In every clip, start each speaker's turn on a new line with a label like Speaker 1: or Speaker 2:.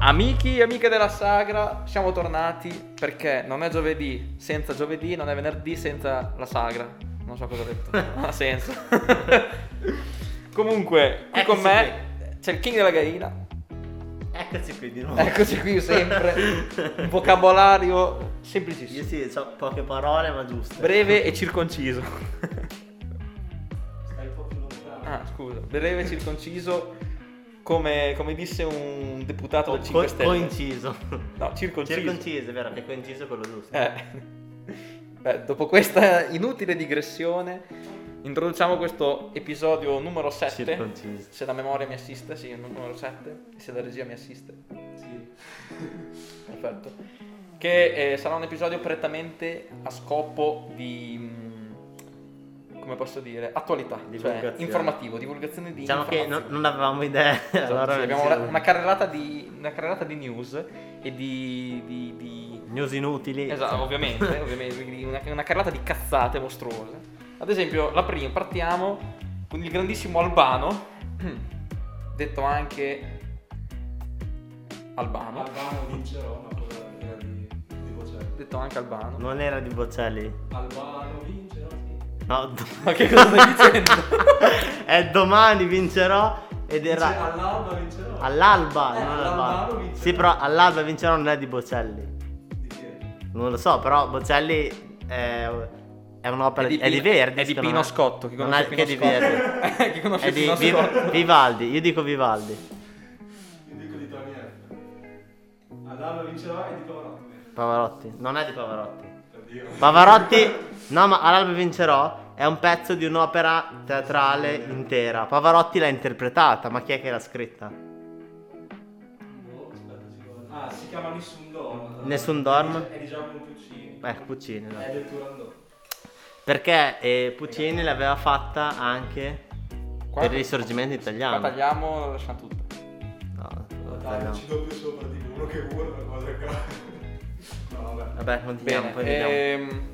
Speaker 1: Amici e amiche della sagra, siamo tornati perché non è giovedì senza giovedì, non è venerdì senza la sagra. Non so cosa ho detto, non ha senso. Comunque, qui
Speaker 2: Ecco
Speaker 1: con me c'è il king della gallina.
Speaker 2: Eccoci qui di nuovo.
Speaker 1: Eccoci qui sempre, un vocabolario semplicissimo,
Speaker 2: Io sì, ho poche parole ma giuste.
Speaker 1: breve e circonciso.
Speaker 3: Stai un po' più lontano.
Speaker 1: Ah, scusa, breve e circonciso, come, come disse un deputato
Speaker 2: Oh, Co-
Speaker 1: del 5 Stelle.
Speaker 2: coinciso.
Speaker 1: No, circonciso.
Speaker 2: Circonciso, è vero, che coinciso è quello giusto.
Speaker 1: Eh. Beh, dopo questa inutile digressione, introduciamo questo episodio numero 7.
Speaker 2: Circonciso.
Speaker 1: Se la memoria mi assiste, sì, il numero 7. Se la regia mi assiste,
Speaker 3: Sì.
Speaker 1: perfetto. Che eh, sarà un episodio prettamente a scopo di. mm, come posso dire? Attualità, cioè
Speaker 2: Divulgazione.
Speaker 1: informativo, divulgazione di.
Speaker 2: Diciamo che non,
Speaker 1: informazioni.
Speaker 2: non avevamo idea.
Speaker 1: Esatto,
Speaker 2: allora
Speaker 1: sì, abbiamo
Speaker 2: diciamo-
Speaker 1: una, una carrellata di, una carrellata di news e di. di, di-
Speaker 2: news inutili.
Speaker 1: esatto, ovviamente, ovviamente, quindi una, una carrellata di cazzate mostruose. Ad esempio, la prima, partiamo con il grandissimo Albano, detto anche Albano,
Speaker 3: Albano vincerò, ma cosa era di, di Bocelli.
Speaker 1: detto anche Albano.
Speaker 2: Non era di Bocelli.
Speaker 3: Albano vincerò, sì.
Speaker 2: No, do-
Speaker 1: Ma che cosa stai dicendo?
Speaker 2: è domani vincerò ed
Speaker 3: Vince-
Speaker 2: era
Speaker 3: Cioè, All'alba vincerò.
Speaker 2: all'alba,
Speaker 3: Eh,
Speaker 2: non
Speaker 3: all'Albano
Speaker 2: all'alba.
Speaker 3: vincerò.
Speaker 2: Sì, però all'alba vincerò non è di Bocelli.
Speaker 3: Di chi è?
Speaker 2: Non lo so, però Bocelli è, è un'opera
Speaker 1: È di
Speaker 2: è di
Speaker 1: Pino-
Speaker 2: Verdi.
Speaker 1: è di
Speaker 2: secondo
Speaker 1: Pino
Speaker 2: me.
Speaker 1: Scotto, chi
Speaker 2: Non
Speaker 1: conosce
Speaker 2: è
Speaker 1: Pino
Speaker 2: che di
Speaker 1: Scotto?
Speaker 2: Verdi.
Speaker 1: Chi conosce
Speaker 2: è di
Speaker 1: Pino
Speaker 2: Viva-
Speaker 1: Scotto?
Speaker 2: Vivaldi, io dico Vivaldi.
Speaker 3: Io dico di Tony F. All'alba vincerò e di Pavarotti.
Speaker 2: Pavarotti, non è di Pavarotti.
Speaker 3: Per Dio.
Speaker 2: Pavarotti, no, ma all'alba vincerò. È un pezzo di un'opera teatrale intera. Pavarotti l'ha interpretata, ma chi è che l'ha scritta? Eh,
Speaker 3: Boh, aspetta, si guarda. Ah, si chiama Nessun Dorm.
Speaker 2: Nessun Dorm?
Speaker 3: È di Giacomo Puccini.
Speaker 2: Eh, Puccini, no.
Speaker 3: È del Turandot.
Speaker 2: Perché eh, Puccini l'aveva fatta anche
Speaker 1: Qua-
Speaker 2: per il risorgimento
Speaker 1: Qua
Speaker 2: italiano.
Speaker 1: tagliamo, lasciamo tutto.
Speaker 2: No,
Speaker 3: Ma
Speaker 2: no,
Speaker 3: dai, non
Speaker 2: no.
Speaker 3: ci do più sopra di uno che urla, ma guarda. No, vabbè.
Speaker 2: Vabbè, continuiamo,
Speaker 1: Bene,
Speaker 2: poi vediamo.
Speaker 1: ehm,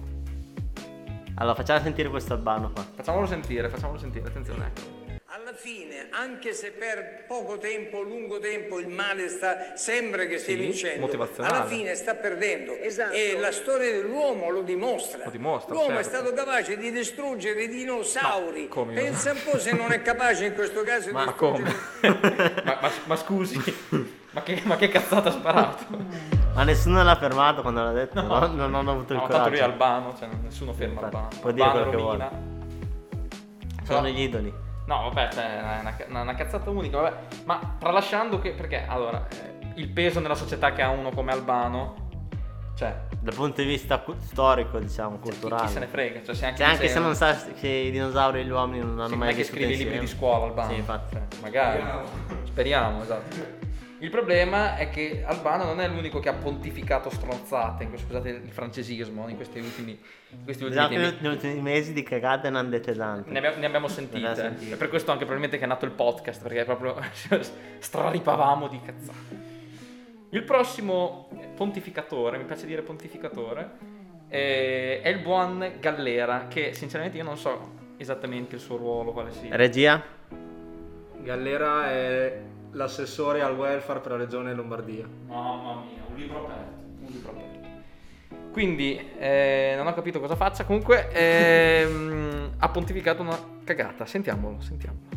Speaker 2: Allora, facciamo sentire questo albano qua.
Speaker 1: Facciamolo sentire, facciamolo sentire, attenzione. ecco.
Speaker 4: Alla fine, anche se per poco tempo, lungo tempo, il male sta, sembra che stia
Speaker 1: Sì,
Speaker 4: vincendo,
Speaker 1: motivazionale.
Speaker 4: alla fine sta perdendo.
Speaker 5: Esatto.
Speaker 4: E la storia dell'uomo lo dimostra.
Speaker 1: Lo dimostra,
Speaker 4: L'uomo è
Speaker 1: certo.
Speaker 4: stato capace di distruggere i dinosauri.
Speaker 1: No, come?
Speaker 4: Pensa un po' se non è capace in questo caso di
Speaker 1: Ma, come?
Speaker 4: distruggere-
Speaker 1: ma, ma- ma scusi, ma che, ma che cazzata ha sparato?
Speaker 2: Ma nessuno l'ha fermato quando l'ha detto, no? Non, non ho avuto il
Speaker 1: No, tanto
Speaker 2: coraggio.
Speaker 1: lui è albano, cioè nessuno ferma
Speaker 2: Infatti,
Speaker 1: Albano.
Speaker 2: può dire
Speaker 1: Albano,
Speaker 2: quello che
Speaker 1: Romina.
Speaker 2: Sono
Speaker 1: Però-
Speaker 2: gli idoli.
Speaker 1: No, vabbè, cioè, è una, una- una cazzata unica, vabbè. Ma tralasciando che, perché, allora, eh, il peso nella società che ha uno come Albano, cioè,
Speaker 2: Dal punto di vista cu- storico, diciamo,
Speaker 1: cioè, chi,
Speaker 2: culturale.
Speaker 1: chi se ne frega? Cioè, se anche,
Speaker 2: Cioè, anche se non sa se i dinosauri e gli uomini non hanno
Speaker 1: sì, non
Speaker 2: mai
Speaker 1: è che
Speaker 2: vissuto
Speaker 1: scrivi i libri
Speaker 2: insieme.
Speaker 1: di scuola Albano.
Speaker 2: Sì, infatti.
Speaker 1: Cioè, magari.
Speaker 3: Speriamo.
Speaker 1: Speriamo, esatto. Il problema è che Albano non è l'unico che ha pontificato stronzate, in questo- scusate il francesismo, in questi ultimi, in questi ultimi
Speaker 2: Già che
Speaker 1: tempi.
Speaker 2: negli ultimi mesi di cagate ne hanno dette tante.
Speaker 1: Ne abbiamo, ne abbiamo
Speaker 2: Ne
Speaker 1: sentite.
Speaker 2: abbiamo sentite.
Speaker 1: È per questo anche probabilmente che è nato il podcast, perché proprio straripavamo di cazzate. Il prossimo pontificatore, mi piace dire pontificatore, eh, è il buon Gallera, che sinceramente io non so esattamente il suo ruolo, quale sia.
Speaker 2: Regia?
Speaker 3: Gallera è l'assessore al welfare per la regione Lombardia.
Speaker 1: Mamma mia, un libro aperto. Un libro aperto. Quindi, eh, non ho capito cosa faccia. Comunque, ehm, ha pontificato una cagata. Sentiamolo, sentiamolo.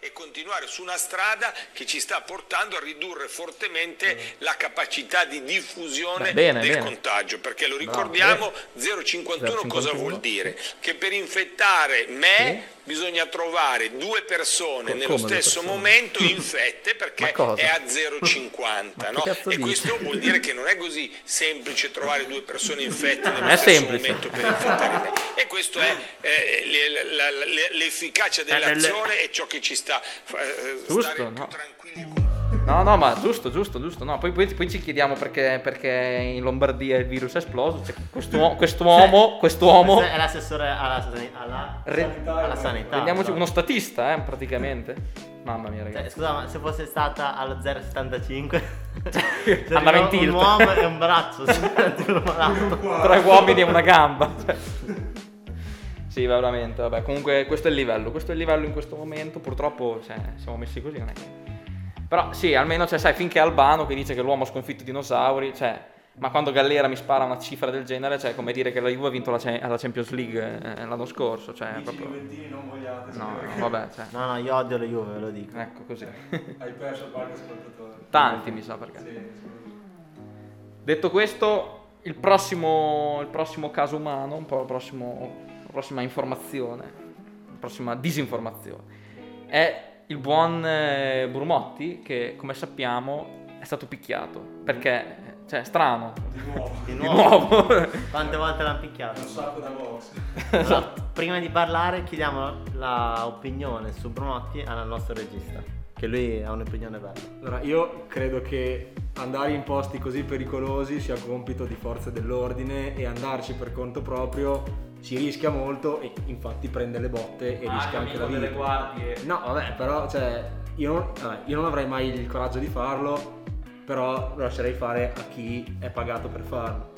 Speaker 6: e continuare su una strada che ci sta portando a ridurre fortemente la capacità di diffusione
Speaker 1: Mm. Beh, bene,
Speaker 6: del
Speaker 1: bene.
Speaker 6: contagio, perché lo
Speaker 1: Bravo,
Speaker 6: ricordiamo,
Speaker 1: bene.
Speaker 6: 0,51
Speaker 1: 0,51.
Speaker 6: cosa vuol dire? Che per infettare me bisogna trovare due persone
Speaker 1: Co-
Speaker 6: nello
Speaker 1: come due
Speaker 6: stesso
Speaker 1: persone?
Speaker 6: momento infette
Speaker 1: Ma
Speaker 6: perché
Speaker 1: cosa?
Speaker 6: è a
Speaker 1: Ma
Speaker 6: 0,50
Speaker 1: che
Speaker 6: no?
Speaker 1: cazzo
Speaker 6: e
Speaker 1: dici?
Speaker 6: questo vuol dire che non è così semplice trovare due persone infette nello
Speaker 1: È
Speaker 6: stesso
Speaker 1: semplice.
Speaker 6: momento per infettare me. E questo è eh, le- la- la- le- l'efficacia
Speaker 2: Eh, delle-
Speaker 6: dell'azione è ciò che ci sta fa- eh,
Speaker 1: Giusto,
Speaker 6: stare più
Speaker 1: no.
Speaker 6: tranquilli
Speaker 1: No, no, ma giusto, giusto, giusto. No, poi, poi- poi ci chiediamo perché, perché in Lombardia il virus è esploso. Cioè, quest'uomo, quest'uomo, quest'uomo.
Speaker 2: Questo È l'assessore alla, sani- alla-
Speaker 1: Re-
Speaker 2: alla sanità.
Speaker 1: Rendiamoci
Speaker 2: so.
Speaker 1: uno statista, eh, praticamente. Mamma mia,
Speaker 2: Cioè,
Speaker 1: ragazzi.
Speaker 2: scusa, ma se fosse stata allo 0,75
Speaker 1: Cioè,
Speaker 2: cioè,
Speaker 1: andava in
Speaker 2: arriva
Speaker 1: tilt.
Speaker 2: Un uomo e un braccio. sì, tipo un malato.
Speaker 1: Tre uomini e una gamba. cioè. Sì, veramente. Vabbè, comunque questo è il livello. Questo è il livello in questo momento. Purtroppo cioè, siamo messi così, non è che. Però sì, almeno, cioè, sai, finché Albano che dice che l'uomo ha sconfitto i dinosauri, cioè... Ma quando Gallera mi spara una cifra del genere, cioè, è come dire che la Juve ha vinto la, ce- la Champions League eh, l'anno scorso, cioè,
Speaker 5: Amici
Speaker 1: proprio...
Speaker 5: Juventini, non vogliate.
Speaker 1: No,
Speaker 5: sapere che
Speaker 1: no, vabbè, cioè...
Speaker 2: No, no, io odio la Juve, ve lo dico.
Speaker 1: Ecco, così.
Speaker 5: Hai perso qualche ascoltatore.
Speaker 1: Tanti, mi sa, perché...
Speaker 5: Sì, sì.
Speaker 1: Detto questo, il prossimo, il prossimo caso umano, un po' il prossimo- la prossima informazione, la prossima disinformazione, è il buon eh, Brumotti che, come sappiamo, è stato picchiato. Perché, cioè, strano.
Speaker 5: Di nuovo.
Speaker 2: Di
Speaker 1: Di
Speaker 2: nuovo.
Speaker 1: nuovo.
Speaker 2: Quante volte l'hanno
Speaker 5: Un
Speaker 2: picchiato?
Speaker 5: sacco da box.
Speaker 2: Allora, prima di parlare chiediamo la opinione su Brunotti al nostro regista. Che lui ha un'opinione bella.
Speaker 3: Allora, io credo che andare in posti così pericolosi sia compito di forze dell'ordine e andarci per conto proprio si rischia molto e infatti prende le botte e
Speaker 5: Ah,
Speaker 3: rischia anche la vita.
Speaker 1: guardie.
Speaker 3: No, vabbè, però, cioè, io non, vabbè, io non avrei mai il coraggio di farlo, però lo lascerei fare a chi è pagato per farlo.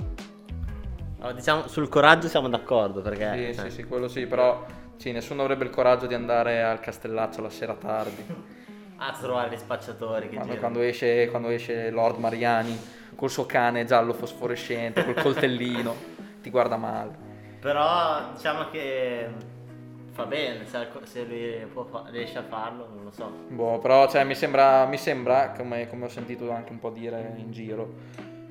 Speaker 2: Allora, diciamo, sul coraggio siamo d'accordo perché...
Speaker 1: Sì,
Speaker 2: eh,
Speaker 1: sì, sì, quello sì, però sì, nessuno avrebbe il coraggio di andare al castellaccio la sera tardi.
Speaker 2: A trovare gli spacciatori che
Speaker 1: Quando,
Speaker 2: girano.
Speaker 1: quando esce, quando esce Lord Mariani col suo cane giallo fosforescente, col coltellino, ti guarda male.
Speaker 2: Però diciamo che fa bene se, al- se lui può fa- riesce a farlo, non lo so.
Speaker 1: Boh, però cioè, mi sembra, mi sembra, come, come ho sentito anche un po' dire in giro,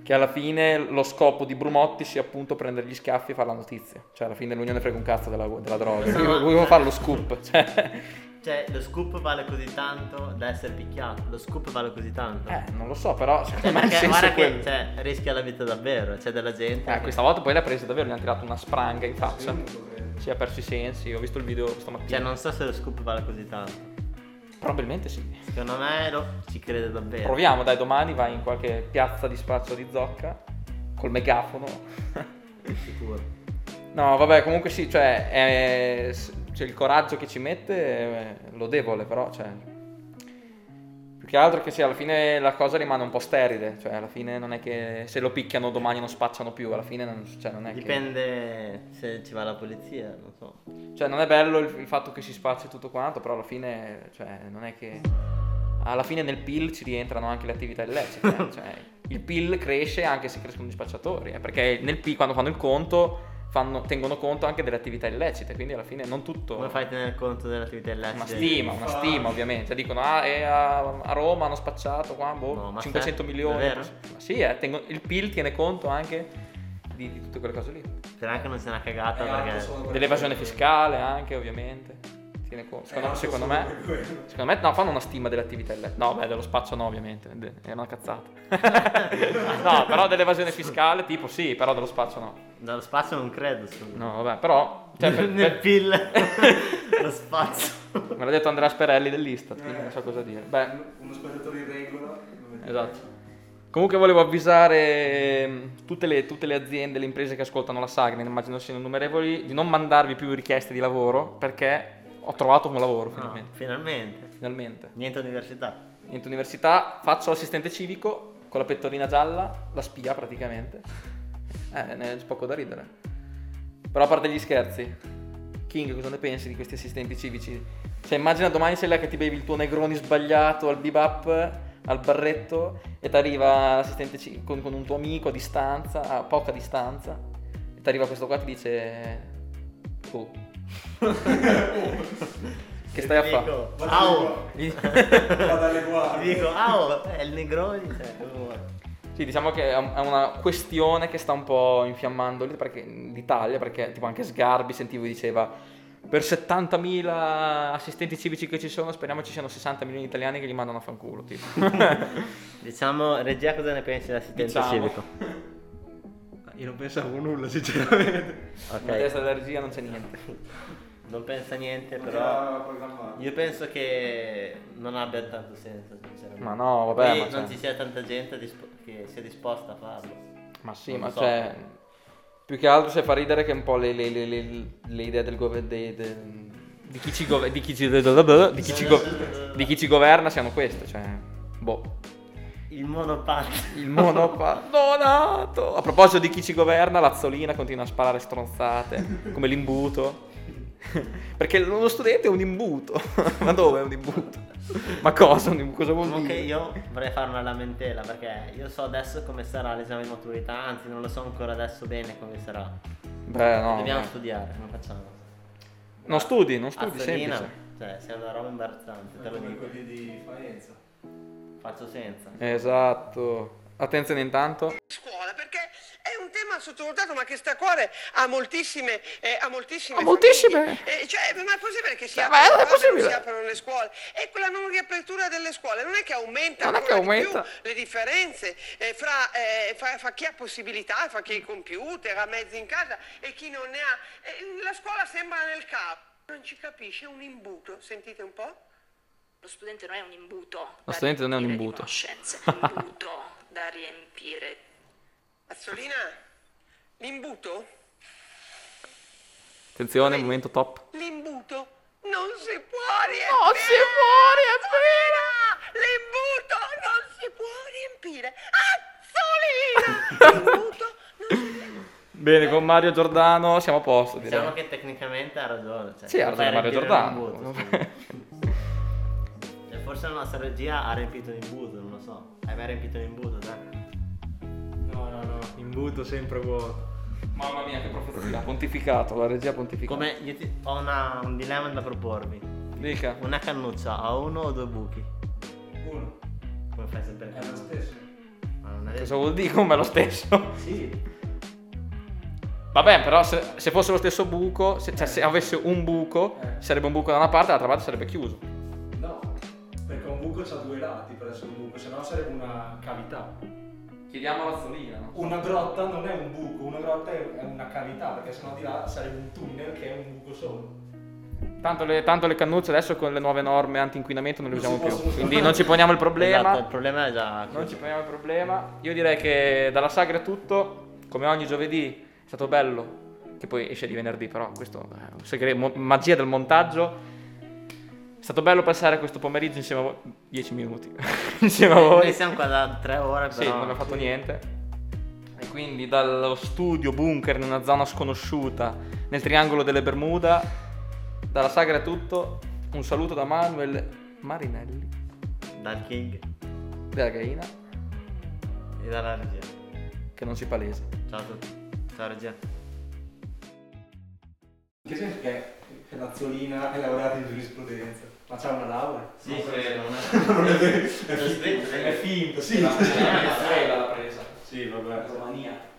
Speaker 1: che alla fine lo scopo di Brumotti sia appunto prendere gli schiaffi e fare la notizia. Cioè alla fine lui non ne frega un cazzo della, della droga,
Speaker 2: No.
Speaker 1: Lui- volevo fare lo scoop. Cioè,
Speaker 2: Cioè, lo scoop vale così tanto da essere picchiato. Lo scoop vale così tanto.
Speaker 1: eh, non lo so, però
Speaker 2: Cioè,
Speaker 1: secondo me il
Speaker 2: perché
Speaker 1: senso
Speaker 2: guarda
Speaker 1: è
Speaker 2: che
Speaker 1: quello.
Speaker 2: cioè, rischia la vita davvero, c'è della gente.
Speaker 1: Eh, questa volta poi l'ha presa davvero, gli hanno tirato una spranga in faccia.
Speaker 5: Comunque,
Speaker 1: Si è perso i sensi, ho visto il video stamattina.
Speaker 2: Cioè, non so se lo scoop vale così tanto.
Speaker 1: Probabilmente sì.
Speaker 2: Secondo me lo- ci crede davvero.
Speaker 1: Proviamo, dai, domani vai in qualche piazza di spazio di zocca col megafono.
Speaker 2: Sicuro.
Speaker 1: No, vabbè, comunque sì, cioè, è- s- cioè, il coraggio che ci mette è lodevole, però, cioè, più che altro che sì, alla fine la cosa rimane un po' sterile, cioè, alla fine non è che se lo picchiano domani non spacciano più, alla fine non, cioè, non è che-
Speaker 2: Dipende se ci va la polizia, non so.
Speaker 1: Cioè, non è bello il, il fatto che si spacci tutto quanto, però alla fine, cioè, non è che... Alla fine nel PIL ci rientrano anche le attività illecite. eh. cioè, il PIL cresce anche se crescono gli spacciatori, eh, perché nel PIL quando fanno il conto fanno- tengono conto anche delle attività illecite, quindi alla fine non tutto...
Speaker 2: Come fai a tener conto dell'attività illecita?
Speaker 1: Una stima, una
Speaker 5: Fa-
Speaker 1: stima ovviamente. Cioè, dicono, ah, eh, a, a Roma hanno spacciato qua, boh,
Speaker 2: No, ma
Speaker 1: 500
Speaker 2: se-
Speaker 1: milioni.
Speaker 2: davvero?
Speaker 1: Ma sì, eh, tengo- il PIL tiene conto anche di, di tutte quelle cose lì.
Speaker 2: Speriamo che non sia una cagata
Speaker 5: è alto
Speaker 2: perché...
Speaker 5: solo per
Speaker 1: Dell'evasione
Speaker 5: quello.
Speaker 1: fiscale anche, ovviamente. Tiene conto.
Speaker 5: È
Speaker 1: Secondo,
Speaker 5: alto
Speaker 1: secondo
Speaker 5: solo per
Speaker 1: me...
Speaker 5: quello.
Speaker 1: Secondo me no, fanno una stima delle attività illecite. No, beh, dello spaccio no, ovviamente. de- È una cazzata. no, però dell'evasione fiscale, tipo sì, però dello spaccio no.
Speaker 2: Dallo spazio non credo, scusa.
Speaker 1: No, vabbè, però. Cioè, per-
Speaker 2: nel
Speaker 1: per-
Speaker 2: PIL lo spazio.
Speaker 1: me l'ha detto Andrea Sperelli dell'Istat, quindi non so cosa dire. Beh,
Speaker 5: Eh.
Speaker 3: Eh.
Speaker 5: Uno spettatore in regola. lo vediamo.
Speaker 1: Esatto. Comunque volevo avvisare mh, tutte le, tutte le aziende, le imprese che ascoltano la Sagna, immagino siano innumerevoli, di non mandarvi più richieste di lavoro perché ho trovato un lavoro
Speaker 2: No,
Speaker 1: finalmente.
Speaker 2: finalmente.
Speaker 1: Finalmente.
Speaker 2: Niente università.
Speaker 1: Niente università, faccio l'assistente civico con la pettorina gialla, la spia praticamente. Eh, ne c'è poco da ridere. Però a parte gli scherzi, King, cosa ne pensi di questi assistenti civici? Cioè, immagina domani sei là che ti bevi il tuo negroni sbagliato al bebop, al barretto, e ti arriva l'assistente civico con, con un tuo amico a distanza, a poca distanza, e ti arriva questo qua e ti dice... Oh. che stai a
Speaker 2: Ti
Speaker 1: fare?
Speaker 2: dico,
Speaker 5: Vado
Speaker 2: Au!
Speaker 5: Vado alle
Speaker 2: Ti
Speaker 5: guardie.
Speaker 2: dico, au! È il negroni. cioè, cosa vuoi?
Speaker 1: Sì, diciamo che è un- è una questione che sta un po' infiammando lì perché- l'Italia, perché tipo anche Sgarbi sentivo diceva per 70.000 assistenti civici che ci sono, speriamo ci siano 60 milioni di italiani che li mandano a fanculo, tipo.
Speaker 2: Diciamo, regia, cosa ne pensi dell'assistenza
Speaker 1: Diciamo.
Speaker 2: civico?
Speaker 3: Io non pensavo nulla, sinceramente.
Speaker 1: Nella
Speaker 2: Ok.
Speaker 1: testa della regia non c'è niente.
Speaker 2: Non pensa niente,
Speaker 5: Non
Speaker 2: però.
Speaker 5: era programmato.
Speaker 2: Io penso che non abbia tanto senso, sinceramente.
Speaker 1: Ma no, vabbè,
Speaker 2: E
Speaker 1: ma
Speaker 2: non
Speaker 1: cioè-
Speaker 2: ci sia tanta gente disp- che sia disposta a farlo.
Speaker 1: Ma sì,
Speaker 2: Non
Speaker 1: ma
Speaker 2: lo so.
Speaker 1: cioè più che altro se fa ridere che un po' le, le- le- le- le idee del governo di chi ci governa di chi ci, di chi ci gov- di chi ci governa siano queste, cioè boh.
Speaker 2: Il monopattino.
Speaker 1: Il monopa donato. A proposito di chi ci governa, Lazzolina continua a sparare stronzate come l'imbuto. Perché uno studente è un imbuto. Ma dove è un imbuto? Ma cosa? Un imbuto? Cosa vuol
Speaker 2: Comunque
Speaker 1: dire?
Speaker 2: Diciamo io vorrei fare una lamentela perché io so adesso come sarà l'esame di maturità, anzi non lo so ancora adesso bene come sarà.
Speaker 1: Beh, no.
Speaker 2: Dobbiamo
Speaker 1: beh.
Speaker 2: studiare, come facciamo?
Speaker 1: Non studi, non studi,
Speaker 2: Azzolina,
Speaker 1: semplice.
Speaker 2: Cioè, sei una roba imbarazzante, te lo
Speaker 5: Come
Speaker 2: dico.
Speaker 5: quelli di Faenza.
Speaker 2: Faccio senza.
Speaker 1: Esatto. Attenzione intanto.
Speaker 7: scuola perché è un tema sottovalutato ma che sta a cuore a moltissime eh, a moltissime
Speaker 1: A moltissime?
Speaker 7: famiglie. Eh, cioè, ma è possibile che si
Speaker 1: Ma
Speaker 7: aprano,
Speaker 1: è
Speaker 7: cose, non
Speaker 1: possibile?
Speaker 7: si aprano le scuole e quella non riapertura delle scuole non è che aumenta
Speaker 1: Non è che
Speaker 7: ancora di più
Speaker 1: aumenta.
Speaker 7: le differenze eh, fra, eh, fra- fra chi ha possibilità fra chi ha i computer ha mezzi in casa e chi non ne ha Eh, la scuola sembra nel capo non ci capisce un imbuto sentite un po'
Speaker 8: Lo studente non è un imbuto.
Speaker 1: Lo
Speaker 8: da
Speaker 1: studente non è un
Speaker 8: riempire di
Speaker 1: imbuto.
Speaker 8: conoscenze, è un imbuto da riempire
Speaker 7: Azzolina l'imbuto
Speaker 1: Attenzione, momento top.
Speaker 7: L'imbuto non si può riempire!
Speaker 1: Non si può riempire!
Speaker 7: L'imbuto non si può riempire! Azzolina! L'imbuto non si può
Speaker 1: Bene, con Mario Giordano siamo a posto, direi.
Speaker 2: Diciamo che tecnicamente ha ragione. Cioè,
Speaker 1: Sì, ha
Speaker 2: lo fai
Speaker 1: ragione Mario
Speaker 2: riempire
Speaker 1: Giordano.
Speaker 2: l'imbuto, sì. Cioè, forse la nostra regia ha riempito l'imbuto, non lo so. Hai mai riempito l'imbuto, te?
Speaker 3: No, no, no, imbuto sempre vuoto.
Speaker 1: Mamma mia, che profezia. Ha pontificato, la regia ha pontificato.
Speaker 2: Come io ti- ho una- un dilemma da proporvi.
Speaker 1: Dica.
Speaker 2: Una cannuccia ha uno o due buchi?
Speaker 5: Uno.
Speaker 2: Come fai sempre
Speaker 5: È
Speaker 1: Eh,
Speaker 5: lo stesso.
Speaker 3: Mm-hmm.
Speaker 2: Ma non è
Speaker 1: Cosa vuol dire? Come è lo stesso?
Speaker 2: Sì.
Speaker 1: Vabbè, però se, se fosse lo stesso buco, se, cioè se avesse un buco, sarebbe un buco da una parte, dall'altra parte sarebbe chiuso.
Speaker 5: No, perché un buco ha due lati per essere un buco, se no sarebbe una cavità.
Speaker 1: Chiediamo alla Zolina, no?
Speaker 5: Una grotta non è un buco, una grotta è è una cavità, perché sennò di là sarebbe un tunnel che è un buco solo.
Speaker 1: Tanto le, tanto le cannucce adesso con le nuove norme anti-inquinamento non le
Speaker 5: Non
Speaker 1: usiamo
Speaker 5: si
Speaker 1: più.
Speaker 5: possono
Speaker 1: Quindi
Speaker 5: usare.
Speaker 1: non ci poniamo il problema.
Speaker 2: Esatto, il problema è già
Speaker 1: Non ci
Speaker 2: chiuso.
Speaker 1: poniamo il problema. Io direi che dalla sagra è tutto. Come ogni giovedì è stato bello. Che poi esce di venerdì, però questo è un segreto, mo- magia del montaggio. È stato bello passare questo pomeriggio insieme a voi. 10 minuti. insieme a voi.
Speaker 2: Noi siamo qua da tre ore, però.
Speaker 1: Sì, non abbiamo fatto niente. E quindi dallo studio bunker in una zona sconosciuta, nel triangolo delle Bermuda, dalla sagra è tutto. Un saluto da Manuel Marinelli,
Speaker 2: Dal King
Speaker 1: della Gaina,
Speaker 2: e dalla regia.
Speaker 1: che non si palesa.
Speaker 2: Ciao a tutti. Ciao regia.
Speaker 5: In che senso che Lazzolina è laureata in giurisprudenza? Ma c'ha una laurea?
Speaker 2: Sì,
Speaker 5: Non è vero. È
Speaker 2: finto,
Speaker 5: finto,
Speaker 2: è
Speaker 5: è finto, sì.
Speaker 1: la presa.
Speaker 5: Sì, vabbè.
Speaker 1: Romania.